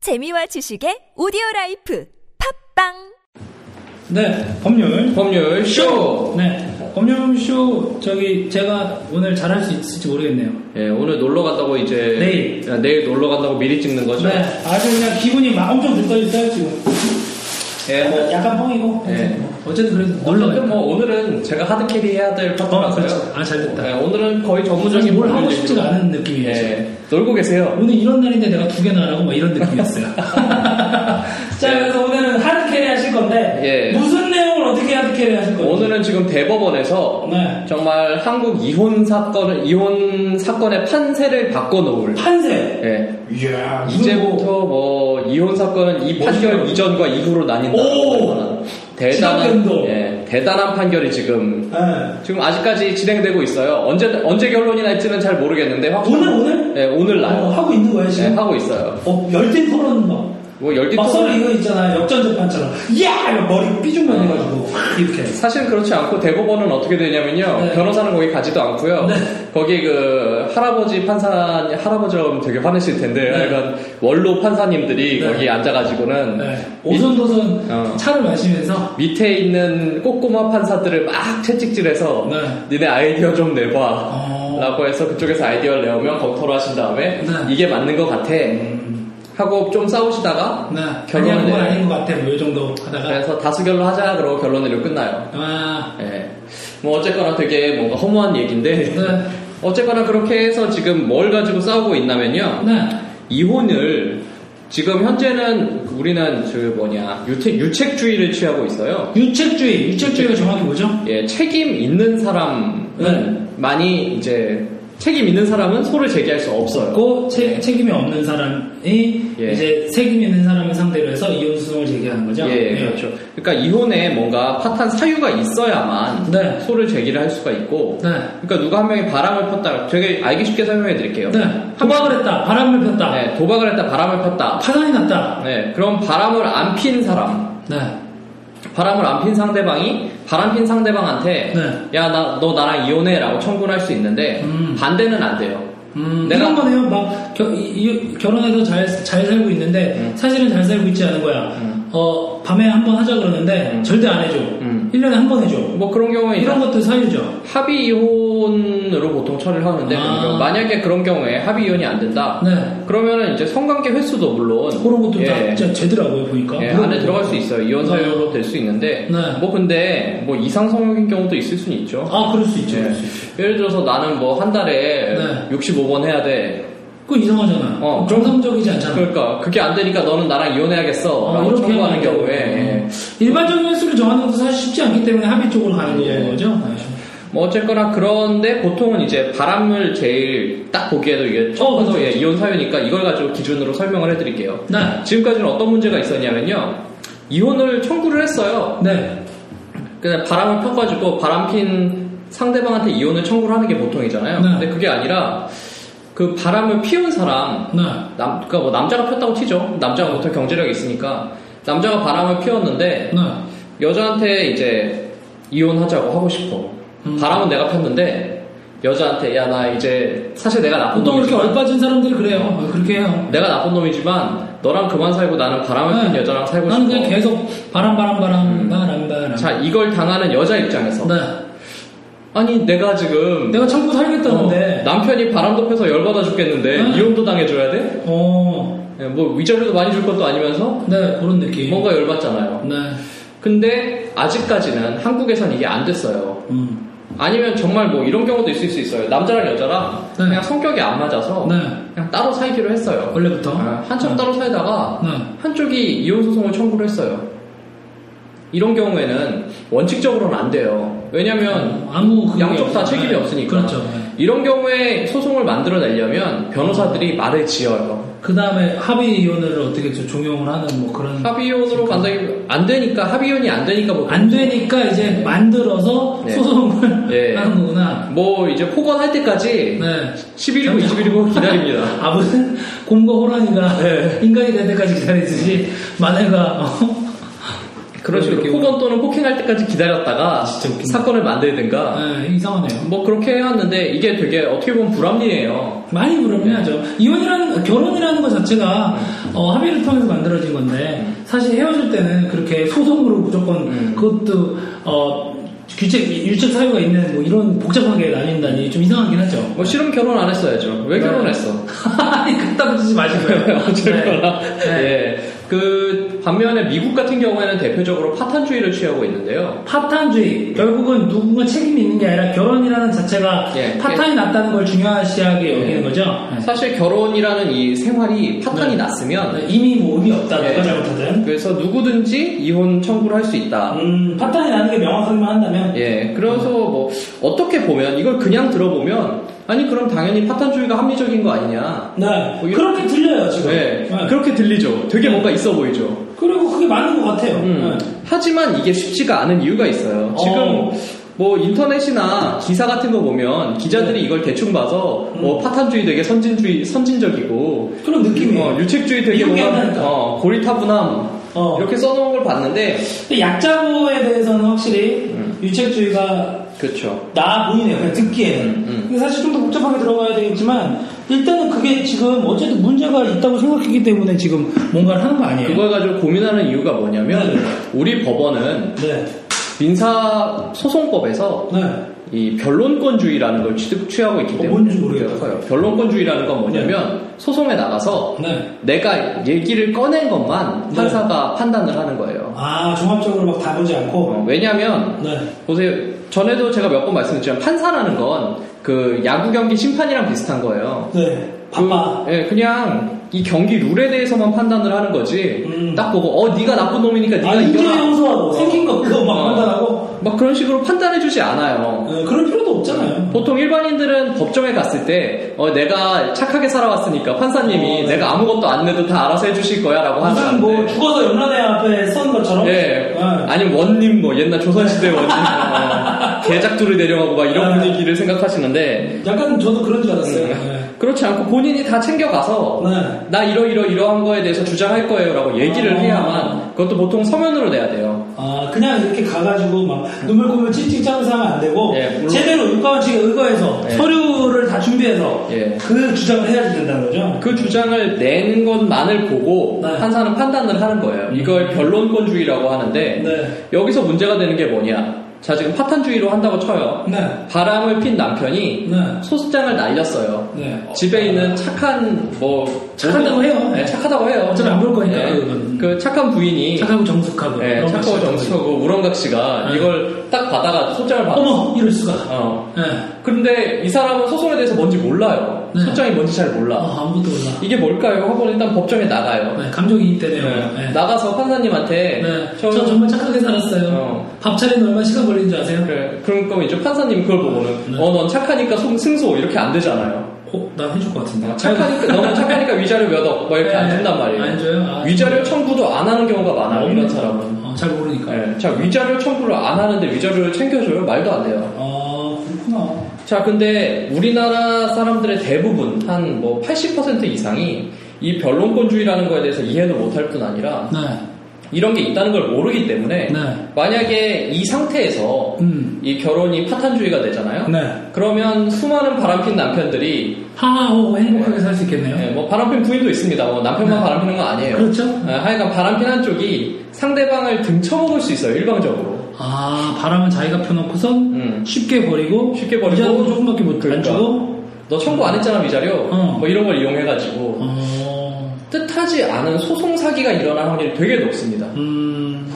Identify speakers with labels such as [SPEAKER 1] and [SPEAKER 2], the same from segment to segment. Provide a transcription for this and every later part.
[SPEAKER 1] 재미와 지식의 오디오 라이프 팝빵
[SPEAKER 2] 네, 법률.
[SPEAKER 3] 법률 쇼.
[SPEAKER 2] 네, 법률쇼 저기 제가 오늘 잘할 수 있을지 모르겠네요.
[SPEAKER 3] 예, 오늘 놀러 간다고 이제
[SPEAKER 2] 내일.
[SPEAKER 3] 아, 내일 놀러 간다고 미리 찍는 거죠?
[SPEAKER 2] 네, 아주 그냥 기분이 막 엄청 들떠있어요 지금.
[SPEAKER 3] 예, 뭐,
[SPEAKER 2] 약간 뻥이고.
[SPEAKER 3] 네.
[SPEAKER 2] 어쨌든 그래도 어, 놀러
[SPEAKER 3] 어쨌든
[SPEAKER 2] 가요.
[SPEAKER 3] 뭐 오늘은 제가 하드캐리 해야 될 파트라서요.
[SPEAKER 2] 그렇지. 아, 잘 됐다.
[SPEAKER 3] 예, 오늘은
[SPEAKER 2] 갑자기
[SPEAKER 3] 거의 전문적인
[SPEAKER 2] 뭘 하고
[SPEAKER 3] 법률
[SPEAKER 2] 싶지가 않은 느낌이에요. 지금.
[SPEAKER 3] 예, 놀고 계세요.
[SPEAKER 2] 오늘 이런 날인데 내가 두 개나 하라고 막 이런 느낌이었어요. 자, 그래서 오늘은 하드캐리 하실 건데
[SPEAKER 3] 예.
[SPEAKER 2] 무슨 내용을 어떻게 하드캐리 하실 건지.
[SPEAKER 3] 오늘은 지금 대법원에서
[SPEAKER 2] 네.
[SPEAKER 3] 정말 한국 이혼 사건을 이혼 사건의 판세를 바꿔놓을.
[SPEAKER 2] 판세.
[SPEAKER 3] 예,
[SPEAKER 2] 이야,
[SPEAKER 3] 이제부터 뭐 이혼 사건은 이 판결 이전과 이후로 나뉜다.
[SPEAKER 2] 오!
[SPEAKER 3] 대단한
[SPEAKER 2] 시각변동.
[SPEAKER 3] 예, 대단한 판결이 지금
[SPEAKER 2] 네.
[SPEAKER 3] 지금 아직까지 진행되고 있어요. 언제 언제 결론이 날지는 잘 모르겠는데 확
[SPEAKER 2] 오늘 오늘
[SPEAKER 3] 예, 오늘 날
[SPEAKER 2] 어, 하고 있는 거예요
[SPEAKER 3] 예,
[SPEAKER 2] 지금.
[SPEAKER 3] 하고 있어요.
[SPEAKER 2] 어, 열띤 토론 막.
[SPEAKER 3] 뭐 열기
[SPEAKER 2] 막
[SPEAKER 3] 토론- 어.
[SPEAKER 2] 서로 이거 있잖아 역전 재판처럼 야 이거 머리 삐죽만 해가지고 이렇게
[SPEAKER 3] 사실 그렇지 않고 대법원은 어떻게 되냐면요.
[SPEAKER 2] 네.
[SPEAKER 3] 변호사는 거기 가지도 않고요.
[SPEAKER 2] 네.
[SPEAKER 3] 거기 그 할아버지 판사 할아버지라면 되게 화내실 텐데
[SPEAKER 2] 네.
[SPEAKER 3] 약간 원로 판사님들이
[SPEAKER 2] 네.
[SPEAKER 3] 거기 앉아가지고는
[SPEAKER 2] 네. 오손도손
[SPEAKER 3] 어.
[SPEAKER 2] 차를 마시면서
[SPEAKER 3] 밑에 있는 꼬꼬마 판사들을 막 채찍질해서
[SPEAKER 2] 네.
[SPEAKER 3] 니네 아이디어 좀 내봐
[SPEAKER 2] 어.
[SPEAKER 3] 라고 해서 그쪽에서 아이디어를 내오면 검토를 하신 다음에
[SPEAKER 2] 네. 음.
[SPEAKER 3] 이게 맞는 것 같아 하고 좀 싸우시다가
[SPEAKER 2] 네, 아니야
[SPEAKER 3] 결론을
[SPEAKER 2] 그건
[SPEAKER 3] 내요.
[SPEAKER 2] 아닌 것 같아 뭐이 정도 하다가
[SPEAKER 3] 그래서 다수결로 하자 그러고 결론으로 끝나요
[SPEAKER 2] 아
[SPEAKER 3] 예. 뭐 어쨌거나 되게 뭔가 허무한 얘기인데
[SPEAKER 2] 네.
[SPEAKER 3] 어쨌거나 그렇게 해서 지금 뭘 가지고 싸우고 있냐면요
[SPEAKER 2] 네.
[SPEAKER 3] 이혼을 지금 현재는 우리는 저 뭐냐 유책, 유책주의를 취하고 있어요
[SPEAKER 2] 유책주의 유책주의가 정확히 뭐죠?
[SPEAKER 3] 예, 책임 있는 사람은
[SPEAKER 2] 네.
[SPEAKER 3] 많이 이제 책임 있는 사람은 소를 제기할 수 없어요.
[SPEAKER 2] 고 책- 책임이 없는 사람이
[SPEAKER 3] 예.
[SPEAKER 2] 이제 책임 있는 사람을 상대로 해서 이혼 소송을 제기하는 거죠? 네.
[SPEAKER 3] 예, 그렇죠. 그러니까 이혼에 뭔가 파탄 사유가 있어야만
[SPEAKER 2] 네.
[SPEAKER 3] 소를 제기를 할 수가 있고.
[SPEAKER 2] 네.
[SPEAKER 3] 그러니까 누가 한 명이 바람을 폈다. 되게 알기 쉽게 설명해 드릴게요.
[SPEAKER 2] 네. 도박을 했다. 바람을 폈다.
[SPEAKER 3] 네, 도박을 했다, 바람을 폈다.
[SPEAKER 2] 파산이 났다.
[SPEAKER 3] 네, 그럼 바람을 안 핀 사람,
[SPEAKER 2] 네.
[SPEAKER 3] 바람을 안 핀 상대방이 바람 핀 상대방한테
[SPEAKER 2] 네.
[SPEAKER 3] 야, 나, 너 나랑 이혼해라고 청구를 할 수 있는데
[SPEAKER 2] 음.
[SPEAKER 3] 반대는 안 돼요.
[SPEAKER 2] 음,
[SPEAKER 3] 내가-
[SPEAKER 2] 이런 거네요. 막 겨- 이- 이- 결혼해서 잘, 잘 살고 있는데 사실은 잘 살고 있지 않은 거야.
[SPEAKER 3] 음.
[SPEAKER 2] 어, 밤에 한 번 하자 그러는데
[SPEAKER 3] 음.
[SPEAKER 2] 절대 안 해줘.
[SPEAKER 3] 음.
[SPEAKER 2] 1년에 한 번 해줘.
[SPEAKER 3] 뭐 그런 경우에 이제
[SPEAKER 2] 이런 것도 사유죠.
[SPEAKER 3] 합의 이혼으로 보통 처리를 하는데
[SPEAKER 2] 아.
[SPEAKER 3] 그런 경우. 만약에 그런 경우에 합의 이혼이 안 된다.
[SPEAKER 2] 네.
[SPEAKER 3] 그러면은 이제 성관계 횟수도 물론
[SPEAKER 2] 그런 것도
[SPEAKER 3] 예,
[SPEAKER 2] 다 진짜 제더라고요 보니까.
[SPEAKER 3] 예,
[SPEAKER 2] 물어보고.
[SPEAKER 3] 안에 들어갈 수 있어요. 이혼 사유로 될 수 있는데
[SPEAKER 2] 네.
[SPEAKER 3] 뭐 근데 뭐 이상 성욕인 경우도 있을 수는 있죠.
[SPEAKER 2] 아, 그럴 수 있죠.
[SPEAKER 3] 예.
[SPEAKER 2] 그럴 수 있죠.
[SPEAKER 3] 예를 들어서 나는 뭐 한 달에
[SPEAKER 2] 네.
[SPEAKER 3] 65번 해야 돼.
[SPEAKER 2] 그거 이상하잖아.
[SPEAKER 3] 어,
[SPEAKER 2] 정상적이지 않잖아.
[SPEAKER 3] 그러니까 그게 안 되니까 너는 나랑 이혼해야겠어.
[SPEAKER 2] 어,
[SPEAKER 3] 라고
[SPEAKER 2] 네. 이렇게
[SPEAKER 3] 청구하는
[SPEAKER 2] 하면
[SPEAKER 3] 경우에
[SPEAKER 2] 안
[SPEAKER 3] 예.
[SPEAKER 2] 돼요. 음. 일반적인 횟수를 정하는 것도 사실 쉽지 않기 때문에 합의 쪽으로 가는
[SPEAKER 3] 예.
[SPEAKER 2] 거죠.
[SPEAKER 3] 뭐 어쨌거나 그런데 보통은 이제 바람을 제일 딱 보기에도 이게
[SPEAKER 2] 어,
[SPEAKER 3] 처음부터
[SPEAKER 2] 그렇죠.
[SPEAKER 3] 예, 이혼 사유니까 이걸 가지고 기준으로 설명을 해드릴게요.
[SPEAKER 2] 네.
[SPEAKER 3] 지금까지는 어떤 문제가 있었냐면요. 이혼을 청구를 했어요.
[SPEAKER 2] 네.
[SPEAKER 3] 그냥 바람을 펴가지고 바람핀 상대방한테 이혼을 청구를 하는 게 보통이잖아요.
[SPEAKER 2] 네.
[SPEAKER 3] 근데 그게 아니라 그 바람을 피운 사람,
[SPEAKER 2] 네.
[SPEAKER 3] 남, 그러니까 뭐 남자가 폈다고 치죠. 남자가 보통 경제력이 있으니까 남자가 바람을 피웠는데
[SPEAKER 2] 네.
[SPEAKER 3] 여자한테 이제 이혼하자고 하고 싶어.
[SPEAKER 2] 음.
[SPEAKER 3] 바람은 내가 폈는데 여자한테 야 나 이제 사실 내가 나쁜
[SPEAKER 2] 보통 그렇게
[SPEAKER 3] 놈이지만
[SPEAKER 2] 얼빠진 사람들이 그래요. 그렇게 해요.
[SPEAKER 3] 내가 나쁜 놈이지만 너랑 그만 살고 나는 바람을 핀
[SPEAKER 2] 네.
[SPEAKER 3] 여자랑 살고
[SPEAKER 2] 나는
[SPEAKER 3] 싶어.
[SPEAKER 2] 그냥 계속 바람 바람 바람 바람 바람.
[SPEAKER 3] 자 이걸 당하는 여자 입장에서
[SPEAKER 2] 네.
[SPEAKER 3] 아니 내가 지금
[SPEAKER 2] 내가 참고
[SPEAKER 3] 어,
[SPEAKER 2] 살겠다는데.
[SPEAKER 3] 남편이 바람도 펴서 열받아 죽겠는데
[SPEAKER 2] 네.
[SPEAKER 3] 이혼도 당해줘야 돼?
[SPEAKER 2] 어.
[SPEAKER 3] 예, 뭐 위자료도 많이 줄 것도 아니면서
[SPEAKER 2] 네 그런 느낌.
[SPEAKER 3] 뭔가 열받잖아요.
[SPEAKER 2] 네.
[SPEAKER 3] 근데 아직까지는 한국에선 이게 안 됐어요.
[SPEAKER 2] 음.
[SPEAKER 3] 아니면 정말 뭐 이런 경우도 있을 수 있어요. 남자랑 여자랑
[SPEAKER 2] 네.
[SPEAKER 3] 그냥 성격이 안 맞아서
[SPEAKER 2] 네.
[SPEAKER 3] 그냥 따로 살기로 했어요.
[SPEAKER 2] 원래부터.
[SPEAKER 3] 아, 한참 따로 살다가
[SPEAKER 2] 네.
[SPEAKER 3] 한쪽이 이혼 소송을 청구를 했어요. 이런 경우에는 원칙적으로는 안 돼요. 왜냐하면
[SPEAKER 2] 어, 아무 그게
[SPEAKER 3] 양쪽 다
[SPEAKER 2] 없어요.
[SPEAKER 3] 책임이
[SPEAKER 2] 네.
[SPEAKER 3] 없으니까.
[SPEAKER 2] 그렇죠. 네.
[SPEAKER 3] 이런 경우에 소송을 만들어내려면 변호사들이 말을 지어요.
[SPEAKER 2] 그 다음에 합의 이혼을 어떻게 좀 종용을 하는 뭐 그런.
[SPEAKER 3] 합의혼으로 간다기 안 되니까 합의혼이 안 되니까 뭐,
[SPEAKER 2] 안 되니까 이제 만들어서
[SPEAKER 3] 네.
[SPEAKER 2] 소송을
[SPEAKER 3] 네.
[SPEAKER 2] 하는 거구나.
[SPEAKER 3] 뭐 이제 포건할 때까지
[SPEAKER 2] 네.
[SPEAKER 3] 11일고 21일고 기다립니다.
[SPEAKER 2] 아 무슨
[SPEAKER 3] 네.
[SPEAKER 2] 곰과 호랑이가 인간이 될 때까지 기다리듯이 마늘과 어?
[SPEAKER 3] 그런 식으로
[SPEAKER 2] 이렇게
[SPEAKER 3] 폭언 또는 폭행할 때까지 기다렸다가
[SPEAKER 2] 아, 진짜 웃긴다.
[SPEAKER 3] 사건을 만들든가
[SPEAKER 2] 네, 이상하네요.
[SPEAKER 3] 뭐 그렇게 해왔는데 이게 되게 어떻게 보면 불합리해요.
[SPEAKER 2] 많이 불합리하죠. 이혼이라는 결혼이라는 것 자체가 어, 합의를 통해서 만들어진 건데 사실 헤어질 때는 그렇게 소송으로 무조건
[SPEAKER 3] 음.
[SPEAKER 2] 그것도 어, 규칙 유책 사유가 있는 뭐 이런 복잡하게 나뉜다니 좀 이상하긴 하죠.
[SPEAKER 3] 뭐 싫으면 결혼 안 했어야죠. 왜
[SPEAKER 2] 네.
[SPEAKER 3] 결혼했어?
[SPEAKER 2] 아니 그따 붙이지 마시고요.
[SPEAKER 3] 어쨌거나
[SPEAKER 2] 네. 네.
[SPEAKER 3] 예. 그 반면에 미국 같은 경우에는 대표적으로 파탄주의를 취하고 있는데요.
[SPEAKER 2] 파탄주의 결국은 누군가 책임이 있는 게 아니라 결혼이라는 자체가
[SPEAKER 3] 예,
[SPEAKER 2] 파탄이 났다는 걸 중요시하게 여기는
[SPEAKER 3] 예.
[SPEAKER 2] 거죠.
[SPEAKER 3] 사실 결혼이라는 이 생활이 파탄이
[SPEAKER 2] 네.
[SPEAKER 3] 났으면
[SPEAKER 2] 네, 이미 뭐 의미 없다
[SPEAKER 3] 예.
[SPEAKER 2] 누가 잘못하든
[SPEAKER 3] 그래서 누구든지 이혼 청구를 할 수 있다.
[SPEAKER 2] 음, 파탄이 나는 게 명확하기만 한다면
[SPEAKER 3] 예, 그래서 뭐 어떻게 보면 이걸 그냥 들어보면 아니 그럼 당연히 파탄주의가 합리적인 거 아니냐.
[SPEAKER 2] 네
[SPEAKER 3] 뭐 이런-
[SPEAKER 2] 그렇게 들려요 지금
[SPEAKER 3] 네,
[SPEAKER 2] 네.
[SPEAKER 3] 그렇게 들리죠. 되게 뭔가 있어 보이죠.
[SPEAKER 2] 그리고 그게 맞는 것 같아요.
[SPEAKER 3] 음,
[SPEAKER 2] 네.
[SPEAKER 3] 하지만 이게 쉽지가 않은 이유가 있어요. 지금
[SPEAKER 2] 어.
[SPEAKER 3] 뭐 인터넷이나 기사 같은 거 보면
[SPEAKER 2] 네.
[SPEAKER 3] 기자들이 이걸 대충 봐서 뭐 파탄주의 되게 선진주의 선진적이고
[SPEAKER 2] 음. 네. 그런 느낌이에요.
[SPEAKER 3] 어, 유책주의 되게
[SPEAKER 2] 미국이
[SPEAKER 3] 뭔가
[SPEAKER 2] 한다니까.
[SPEAKER 3] 어, 고리타분함
[SPEAKER 2] 어.
[SPEAKER 3] 이렇게 써놓은 걸 봤는데
[SPEAKER 2] 근데 약자부에 대해서는 확실히
[SPEAKER 3] 음.
[SPEAKER 2] 유책주의가
[SPEAKER 3] 그렇죠.
[SPEAKER 2] 나아 보이네요. 그냥 듣기에는.
[SPEAKER 3] 음, 음.
[SPEAKER 2] 근데 사실 좀 더 복잡하게 들어가야 되겠지만 일단은 그게 지금 어쨌든 문제가 있다고 생각했기 때문에 지금 뭔가를 하는 거 아니에요?
[SPEAKER 3] 그걸 가지고 고민하는 이유가 뭐냐면 우리 법원은
[SPEAKER 2] 네.
[SPEAKER 3] 민사 소송법에서
[SPEAKER 2] 네.
[SPEAKER 3] 이 변론권주의라는 걸 취득- 취하고 있기
[SPEAKER 2] 어,
[SPEAKER 3] 때문에
[SPEAKER 2] 뭔지 모르겠다.
[SPEAKER 3] 그래서요. 변론권주의라는 건 뭐냐면 소송에 나가서
[SPEAKER 2] 네.
[SPEAKER 3] 내가 얘기를 꺼낸 것만
[SPEAKER 2] 네.
[SPEAKER 3] 판사가 판단을 하는 거예요.
[SPEAKER 2] 아, 종합적으로 막 다 보지 않고.
[SPEAKER 3] 어, 왜냐하면
[SPEAKER 2] 네.
[SPEAKER 3] 보세요. 전에도 제가 몇 번 말씀드렸지만 판사라는 건 그 야구 경기 심판이랑 비슷한 거예요.
[SPEAKER 2] 네. 바빠.
[SPEAKER 3] 그, 예, 그냥 이 경기 룰에 대해서만 판단을 하는 거지.
[SPEAKER 2] 음.
[SPEAKER 3] 딱 보고 어 네가 나쁜 놈이니까 네가
[SPEAKER 2] 아, 인재
[SPEAKER 3] 이겨라.
[SPEAKER 2] 형수하고 생긴 거 그거 막
[SPEAKER 3] 어.
[SPEAKER 2] 판단하고.
[SPEAKER 3] 막 그런 식으로 판단해주지 않아요.
[SPEAKER 2] 네, 그럴 필요도 없잖아요.
[SPEAKER 3] 보통 일반인들은 법정에 갔을 때 어, 내가 착하게 살아왔으니까 판사님이
[SPEAKER 2] 어, 네.
[SPEAKER 3] 내가 아무것도 안 내도 다 알아서 해주실 거야라고 하는
[SPEAKER 2] 무슨 뭐
[SPEAKER 3] 건데.
[SPEAKER 2] 죽어서 연라대 앞에 선 것처럼.
[SPEAKER 3] 예,
[SPEAKER 2] 네.
[SPEAKER 3] 아니면 원님 뭐 옛날 조선시대 원님 뭐 개작두를 내려가고 막 이런
[SPEAKER 2] 네.
[SPEAKER 3] 분위기를 생각하시는데
[SPEAKER 2] 약간 저도 그런 줄 알았어요.
[SPEAKER 3] 음.
[SPEAKER 2] 네.
[SPEAKER 3] 그렇지 않고 본인이 다 챙겨가서
[SPEAKER 2] 네.
[SPEAKER 3] 나 이러 이러 이러한 거에 대해서 주장할 거예요라고 얘기를
[SPEAKER 2] 아.
[SPEAKER 3] 해야만 그것도 보통 서면으로 내야 돼요.
[SPEAKER 2] 아, 그냥 이렇게 가가지고 막 눈물 꼬물 찡찡 짜면서 하면 안 되고
[SPEAKER 3] 예, 물론.
[SPEAKER 2] 제대로 육가원 측에 의거해서
[SPEAKER 3] 예.
[SPEAKER 2] 서류를 다 준비해서
[SPEAKER 3] 예.
[SPEAKER 2] 그 주장을 해야 된다는 거죠.
[SPEAKER 3] 그 주장을 내는 것만을 보고
[SPEAKER 2] 네. 음.
[SPEAKER 3] 판사는 판단을 하는 거예요. 이걸 변론권주의라고 하는데
[SPEAKER 2] 네.
[SPEAKER 3] 여기서 문제가 되는 게 뭐냐? 자 지금 파탄주의로 한다고 쳐요.
[SPEAKER 2] 네.
[SPEAKER 3] 바람을 핀 남편이
[SPEAKER 2] 네.
[SPEAKER 3] 소수장을 날렸어요.
[SPEAKER 2] 네.
[SPEAKER 3] 집에 있는 착한 뭐
[SPEAKER 2] 착하다고 해요.
[SPEAKER 3] 네, 착하다고 해요.
[SPEAKER 2] 어차피 안볼 거니까,
[SPEAKER 3] 네.
[SPEAKER 2] 뭐 그거는.
[SPEAKER 3] 그 착한 부인이
[SPEAKER 2] 착하고 정숙하고.
[SPEAKER 3] 네,
[SPEAKER 2] 그런
[SPEAKER 3] 착하고
[SPEAKER 2] 것이
[SPEAKER 3] 정숙하고 우렁각 씨가
[SPEAKER 2] 네.
[SPEAKER 3] 이걸 딱 받아가 소장을 받아.
[SPEAKER 2] 어머, 이럴 수가.
[SPEAKER 3] 어.
[SPEAKER 2] 네.
[SPEAKER 3] 그런데 이 사람은 소송에 대해서 뭔지 몰라요.
[SPEAKER 2] 네.
[SPEAKER 3] 소장이 뭔지 잘 몰라.
[SPEAKER 2] 아, 아무것도 몰라.
[SPEAKER 3] 이게 뭘까요? 하고 일단 법정에 나가요.
[SPEAKER 2] 네, 감정이입되네요.
[SPEAKER 3] 네.
[SPEAKER 2] 네.
[SPEAKER 3] 나가서 판사님한테
[SPEAKER 2] 네.
[SPEAKER 3] 저,
[SPEAKER 2] 저, 정말 착하게 살았어요.
[SPEAKER 3] 어.
[SPEAKER 2] 밥 차리는 얼마 나 시간 걸린 줄 아세요?
[SPEAKER 3] 그래. 그런 거면 이제 판사님 그걸 보고는
[SPEAKER 2] 네.
[SPEAKER 3] 어 넌 착하니까 송- 승소 이렇게 안 되잖아요.
[SPEAKER 2] 어, 난 해줄 것 같은데.
[SPEAKER 3] 아, 착하니까 너는 착하니까 위자료 몇 억 뭐 이렇게 안
[SPEAKER 2] 네.
[SPEAKER 3] 준단 말이에요.
[SPEAKER 2] 안 줘요? 아,
[SPEAKER 3] 위자료 청구도 안 하는 경우가 많아요. 이런 사람은.
[SPEAKER 2] 어, 잘 모르니까.
[SPEAKER 3] 네. 자 위자료 청구를 안 하는데 위자료를 챙겨줘요? 말도 안 돼요.
[SPEAKER 2] 아, 그렇구나.
[SPEAKER 3] 자 근데 우리나라 사람들의 대부분 한 뭐 80% 이상이 이 변론권주의라는 거에 대해서 이해도 못할 뿐 아니라
[SPEAKER 2] 네.
[SPEAKER 3] 이런 게 있다는 걸 모르기 때문에
[SPEAKER 2] 네.
[SPEAKER 3] 만약에 이 상태에서
[SPEAKER 2] 음.
[SPEAKER 3] 이 결혼이 파탄주의가 되잖아요.
[SPEAKER 2] 네.
[SPEAKER 3] 그러면 수많은 바람핀 남편들이
[SPEAKER 2] 하하호 행복하게 살 수 있겠네요.
[SPEAKER 3] 예, 뭐 바람핀 부인도 있습니다. 뭐 남편만
[SPEAKER 2] 네.
[SPEAKER 3] 바람피는 건 아니에요.
[SPEAKER 2] 그렇죠.
[SPEAKER 3] 예, 하여간 바람핀 한쪽이 상대방을 등쳐먹을 수 있어요. 일방적으로.
[SPEAKER 2] 아, 바람은 자기가 펴놓고서
[SPEAKER 3] 음.
[SPEAKER 2] 쉽게 버리고,
[SPEAKER 3] 쉽게 버리고,
[SPEAKER 2] 이자도 조금밖에 못, 안
[SPEAKER 3] 그러니까.
[SPEAKER 2] 주고,
[SPEAKER 3] 너 청구 안 했잖아 위자료.
[SPEAKER 2] 어.
[SPEAKER 3] 뭐 이런 걸 이용해가지고
[SPEAKER 2] 어,
[SPEAKER 3] 뜻하지 않은 소송 사기가 일어날 확률이 되게 높습니다.
[SPEAKER 2] 음,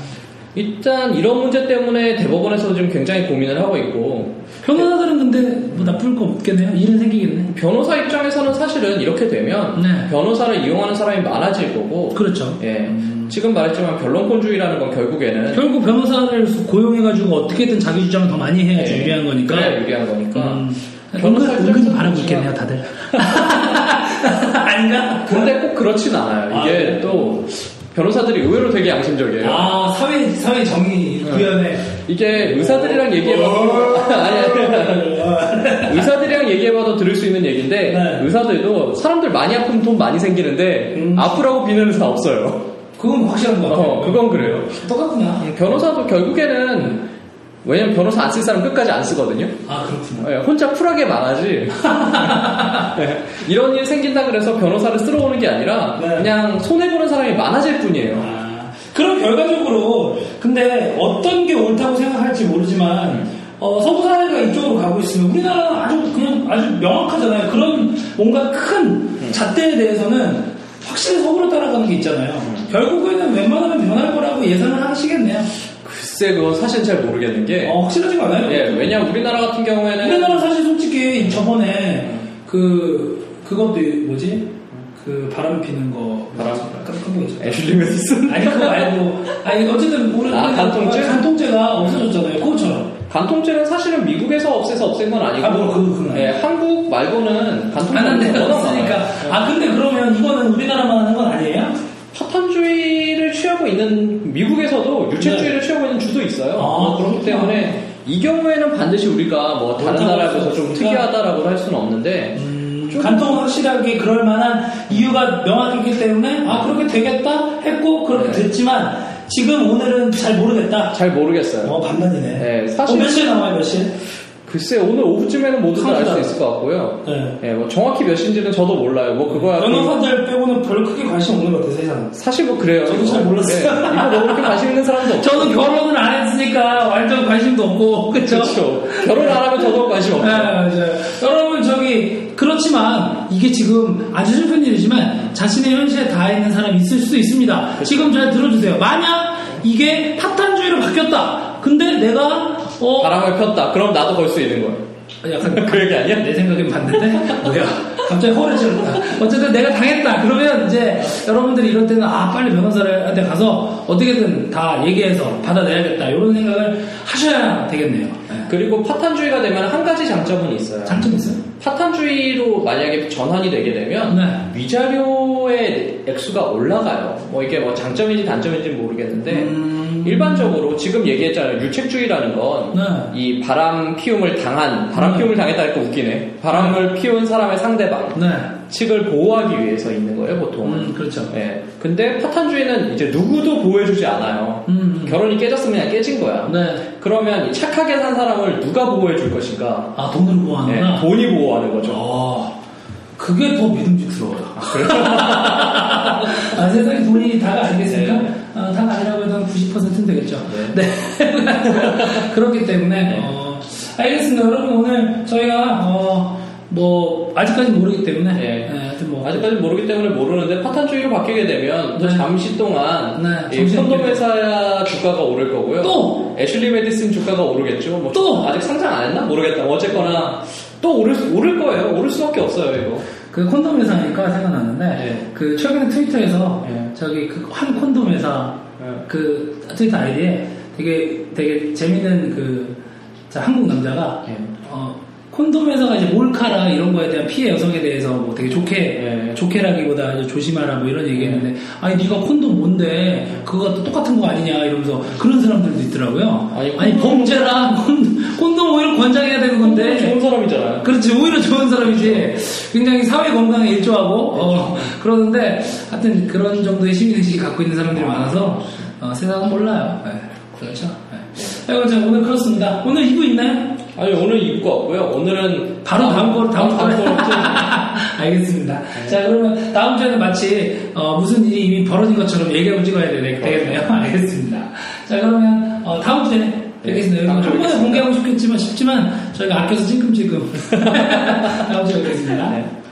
[SPEAKER 3] 일단 이런 문제 때문에 대법원에서 지금 굉장히 고민을 하고 있고
[SPEAKER 2] 변호사들은 근데 뭐 나쁠 거 없겠네요. 일은 생기겠네.
[SPEAKER 3] 변호사 입장에서는 사실은 이렇게 되면
[SPEAKER 2] 네.
[SPEAKER 3] 변호사를 이용하는 사람이 많아질 거고
[SPEAKER 2] 그렇죠.
[SPEAKER 3] 예, 지금 말했지만 변론권주의라는 건 결국에는
[SPEAKER 2] 결국 변호사를 고용해가지고 어떻게든 자기 주장을 더 많이 해야지
[SPEAKER 3] 예,
[SPEAKER 2] 유리한 거니까.
[SPEAKER 3] 그래야 유리한 거니까.
[SPEAKER 2] 음,
[SPEAKER 3] 그렇죠. 변호사
[SPEAKER 2] 은근, 은근
[SPEAKER 3] 입장에서는
[SPEAKER 2] 바라고
[SPEAKER 3] 그렇지만-
[SPEAKER 2] 있겠네요, 다들. 아닌가?
[SPEAKER 3] 근데 꼭 그렇진 않아요.
[SPEAKER 2] 아,
[SPEAKER 3] 이게
[SPEAKER 2] 네.
[SPEAKER 3] 또 변호사들이 의외로 되게 양심적이에요.
[SPEAKER 2] 아, 사회, 사회 정의 구현에.
[SPEAKER 3] 이게 의사들이랑
[SPEAKER 2] 어.
[SPEAKER 3] 얘기해봐도 아니, 아니,
[SPEAKER 2] 어.
[SPEAKER 3] 아니. 의사들이랑 얘기해봐도 들을 수 있는 얘기인데
[SPEAKER 2] 네.
[SPEAKER 3] 의사들도 사람들 많이 아프면 돈 많이 생기는데
[SPEAKER 2] 음.
[SPEAKER 3] 아프라고 비는 의사 없어요.
[SPEAKER 2] 그건 확실한 것 같아요.
[SPEAKER 3] 어, 그건 그래요.
[SPEAKER 2] 똑같구나.
[SPEAKER 3] 음, 변호사도 결국에는 왜냐면 변호사 안 쓸 사람 끝까지 안 쓰거든요.
[SPEAKER 2] 아, 그렇구나.
[SPEAKER 3] 예, 혼자 쿨하게 말하지. 예, 이런 일 생긴다 그래서 변호사를 쓰러 오는 게 아니라
[SPEAKER 2] 네.
[SPEAKER 3] 그냥 손해 보는 사람이 많아질 뿐이에요.
[SPEAKER 2] 아, 그럼 결과적으로 근데 어떤 게 옳다고 생각할지 모르지만 어, 서구 사회가 이쪽으로 가고 있으면 우리나라는 아주 그냥 아주 명확하잖아요. 그런 뭔가
[SPEAKER 3] 음.
[SPEAKER 2] 큰 잣대에 대해서는 확실히 서구로 따라가는 게 있잖아요.
[SPEAKER 3] 음.
[SPEAKER 2] 결국에는 웬만하면 변할 거라고 예상을 하시겠네요.
[SPEAKER 3] 글쎄 그건 사실 잘 모르겠는 게
[SPEAKER 2] 어, 확실하지가 않아요.
[SPEAKER 3] 예, 왜냐 면 우리나라 같은 경우에는
[SPEAKER 2] 우리나라 사실 솔직히 저번에
[SPEAKER 3] 음.
[SPEAKER 2] 그 그것도 뭐지 그 바람 피는 거
[SPEAKER 3] 바람
[SPEAKER 2] 깜깜이 있죠.
[SPEAKER 3] 애슐리 메디슨
[SPEAKER 2] 아니 그거 말고 아니 어쨌든 우리
[SPEAKER 3] 아, 간통죄?
[SPEAKER 2] 간통죄가 없어졌잖아요 그거처럼
[SPEAKER 3] 간통죄는 사실은 미국에서 없애서 없앤 건 아니고
[SPEAKER 2] 아, 뭐, 그건 그건
[SPEAKER 3] 예, 한국 말고는
[SPEAKER 2] 안한
[SPEAKER 3] 간통죄는
[SPEAKER 2] 데가
[SPEAKER 3] 워낙
[SPEAKER 2] 없으니까
[SPEAKER 3] 많아요.
[SPEAKER 2] 아 근데 그러면 이거는 우리나라만 하는 건 아니에요?
[SPEAKER 3] 파탄주의를 취하고 있는 미국에서도 유책주의를 취하고 있는 주도 있어요.
[SPEAKER 2] 네. 아, 그렇구나.
[SPEAKER 3] 그렇기 때문에 이 경우에는 반드시 우리가 뭐 다른
[SPEAKER 2] 그렇다고
[SPEAKER 3] 나라에
[SPEAKER 2] 할수
[SPEAKER 3] 비해서
[SPEAKER 2] 없으니까.
[SPEAKER 3] 좀
[SPEAKER 2] 음.
[SPEAKER 3] 특이하다라고 할 수는 없는데 좀-
[SPEAKER 2] 간통은 확실하게 그럴 만한 이유가 명확했기 때문에 아 그렇게 되겠다 했고 그렇게
[SPEAKER 3] 네.
[SPEAKER 2] 됐지만 지금 오늘은 잘 모르겠다
[SPEAKER 3] 잘 모르겠어요.
[SPEAKER 2] 어 반반이네
[SPEAKER 3] 네, 사실-
[SPEAKER 2] 어, 몇 시에 나와요 몇 시에?
[SPEAKER 3] 글쎄 오늘 오후쯤에는 모두 다 알 수 있을 것 같고요.
[SPEAKER 2] 네.
[SPEAKER 3] 예, 뭐 정확히 몇 시인지는 저도 몰라요. 뭐
[SPEAKER 2] 아,
[SPEAKER 3] 그거야. 그-
[SPEAKER 2] 변호사들 빼고는 별로 크게 관심 없는 것 같아요 세상은
[SPEAKER 3] 사실 뭐 그래요.
[SPEAKER 2] 저도
[SPEAKER 3] 이거.
[SPEAKER 2] 잘 몰랐어요.
[SPEAKER 3] 예, 이거 뭐 그렇게 관심 있는 사람도 없죠.
[SPEAKER 2] 저는 결혼을 안 했으니까 완전 관심도 없고 그쵸?
[SPEAKER 3] 그렇죠. 결혼 안 하면 저도 관심
[SPEAKER 2] 네,
[SPEAKER 3] 없죠.
[SPEAKER 2] 맞아요. 여러분 저기 그렇지만 이게 지금 아주 슬픈 일이지만 자신의 현실에 닿아 있는 사람이 있을 수도 있습니다. 지금 잘 들어주세요. 만약 이게 파탄주의로 바뀌었다. 근데 내가 어
[SPEAKER 3] 바람을 폈다. 그럼 나도 걸 수 있는 거예요.
[SPEAKER 2] 약간
[SPEAKER 3] 그 얘기 아니야?
[SPEAKER 2] 내 생각엔 맞는데 뭐야 갑자기 허물어지는다 어쨌든 내가 당했다 그러면 이제 여러분들이 이럴 때는 아 빨리 변호사한테 가서 어떻게든 다 얘기해서 받아내야겠다 이런 생각을 하셔야 되겠네요 네.
[SPEAKER 3] 그리고 파탄주의가 되면 한 가지 장점은 있어요.
[SPEAKER 2] 장점 있어요?
[SPEAKER 3] 파탄주의로 만약에 전환이 되게 되면
[SPEAKER 2] 네.
[SPEAKER 3] 위자료의 액수가 올라가요. 뭐 이게 뭐 장점인지 단점인지 는 모르겠는데
[SPEAKER 2] 음.
[SPEAKER 3] 일반적으로 지금 얘기했잖아요. 유책주의라는 건
[SPEAKER 2] 네.
[SPEAKER 3] 이 바람 피움을 당한 바람
[SPEAKER 2] 네.
[SPEAKER 3] 피움을 당했다니까 웃기네. 바람을 피운 사람의 상대방
[SPEAKER 2] 네
[SPEAKER 3] 측을 보호하기 위해서 있는 거예요, 보통. 은
[SPEAKER 2] 음, 그렇죠
[SPEAKER 3] 예. 근데 파탄주의는 이제 누구도 보호해주지 않아요.
[SPEAKER 2] 음.
[SPEAKER 3] 결혼이 깨졌으면 그냥 깨진 거야.
[SPEAKER 2] 네.
[SPEAKER 3] 그러면 이 착하게 산 사람을 누가 보호해 줄 것인가?
[SPEAKER 2] 아 돈으로
[SPEAKER 3] 네,
[SPEAKER 2] 보호하는구나
[SPEAKER 3] 돈이 보호하는 거죠.
[SPEAKER 2] 아 그게 더 믿음직스러워요 아, 세상에 돈이 다가 아니겠습니까?
[SPEAKER 3] 네.
[SPEAKER 2] 어, 다가 아니라고 해도 한 90%는 되겠죠. 네. 그렇기 때문에,
[SPEAKER 3] 네.
[SPEAKER 2] 어, 알겠습니다. 여러분, 오늘 저희가, 어, 뭐, 아직까지 모르기 때문에,
[SPEAKER 3] 네.
[SPEAKER 2] 네, 하여튼 뭐,
[SPEAKER 3] 아직까지 모르기 때문에 모르는데 파탄주의로 바뀌게 되면 또
[SPEAKER 2] 네.
[SPEAKER 3] 잠시 동안
[SPEAKER 2] 네,
[SPEAKER 3] 이
[SPEAKER 2] 잠시
[SPEAKER 3] 콘돔
[SPEAKER 2] 동안.
[SPEAKER 3] 회사 주가가 오를 거고요.
[SPEAKER 2] 또!
[SPEAKER 3] 애슐리 메디슨 주가가 오르겠죠. 뭐
[SPEAKER 2] 또!
[SPEAKER 3] 아직 상장 안 했나 모르겠다. 뭐 어쨌거나 또 오를 수- 오를 거예요. 오를 수밖에 없어요 이거.
[SPEAKER 2] 그 콘돔 회사니까 생각났는데,
[SPEAKER 3] 네.
[SPEAKER 2] 그 최근에 트위터에서,
[SPEAKER 3] 네.
[SPEAKER 2] 저기 그 한 콘돔 회사,
[SPEAKER 3] 네.
[SPEAKER 2] 그 트위터 아이디에 되게, 되게 재밌는 그, 자, 한국 남자가,
[SPEAKER 3] 네.
[SPEAKER 2] 어, 콘돔 회사가 이제 몰카라 이런 거에 대한 피해 여성에 대해서 뭐 되게 좋게
[SPEAKER 3] 네.
[SPEAKER 2] 좋게라기보다 이제 조심하라 뭐 이런 얘기했는데 아니 네가 콘돔 뭔데 그거가 또 똑같은 거 아니냐 이러면서 그런 사람들도 있더라고요.
[SPEAKER 3] 아니,
[SPEAKER 2] 아니
[SPEAKER 3] 콘돔-
[SPEAKER 2] 범죄라 콘- 콘돔 오히려 권장해야 되는 건데
[SPEAKER 3] 네, 좋은 사람이잖아요.
[SPEAKER 2] 그렇지 오히려 좋은 사람이지 굉장히 사회 건강에 일조하고 어, 그러는데 하여튼 그런 정도의 시민의식이 갖고 있는 사람들이 많아서 어, 세상은 몰라요. 네, 그렇죠. 네. 아이고, 자, 오늘 그렇습니다. 오늘 이거 있나요?
[SPEAKER 3] 아니 오늘 입고 왔고요. 오늘은
[SPEAKER 2] 바로 다음 걸 다음
[SPEAKER 3] 다음 네.
[SPEAKER 2] 걸
[SPEAKER 3] 걸 좀-
[SPEAKER 2] 알겠습니다. 자 그러면 다음 주에는 마치 어, 무슨 일이 이미 벌어진 것처럼 얘기하고 찍어야 되네, 되겠네요. 알겠습니다. 자 그러면 어, 다음 주에 뵙겠습니다.
[SPEAKER 3] 그렇죠. 네,
[SPEAKER 2] 여러분 한
[SPEAKER 3] 다음 주에
[SPEAKER 2] 번에
[SPEAKER 3] 뵙겠습니다.
[SPEAKER 2] 공개하고 싶겠지만 쉽지만 저희가 아껴서 찔끔찔끔 다음 주에 뵙겠습니다.
[SPEAKER 3] 네.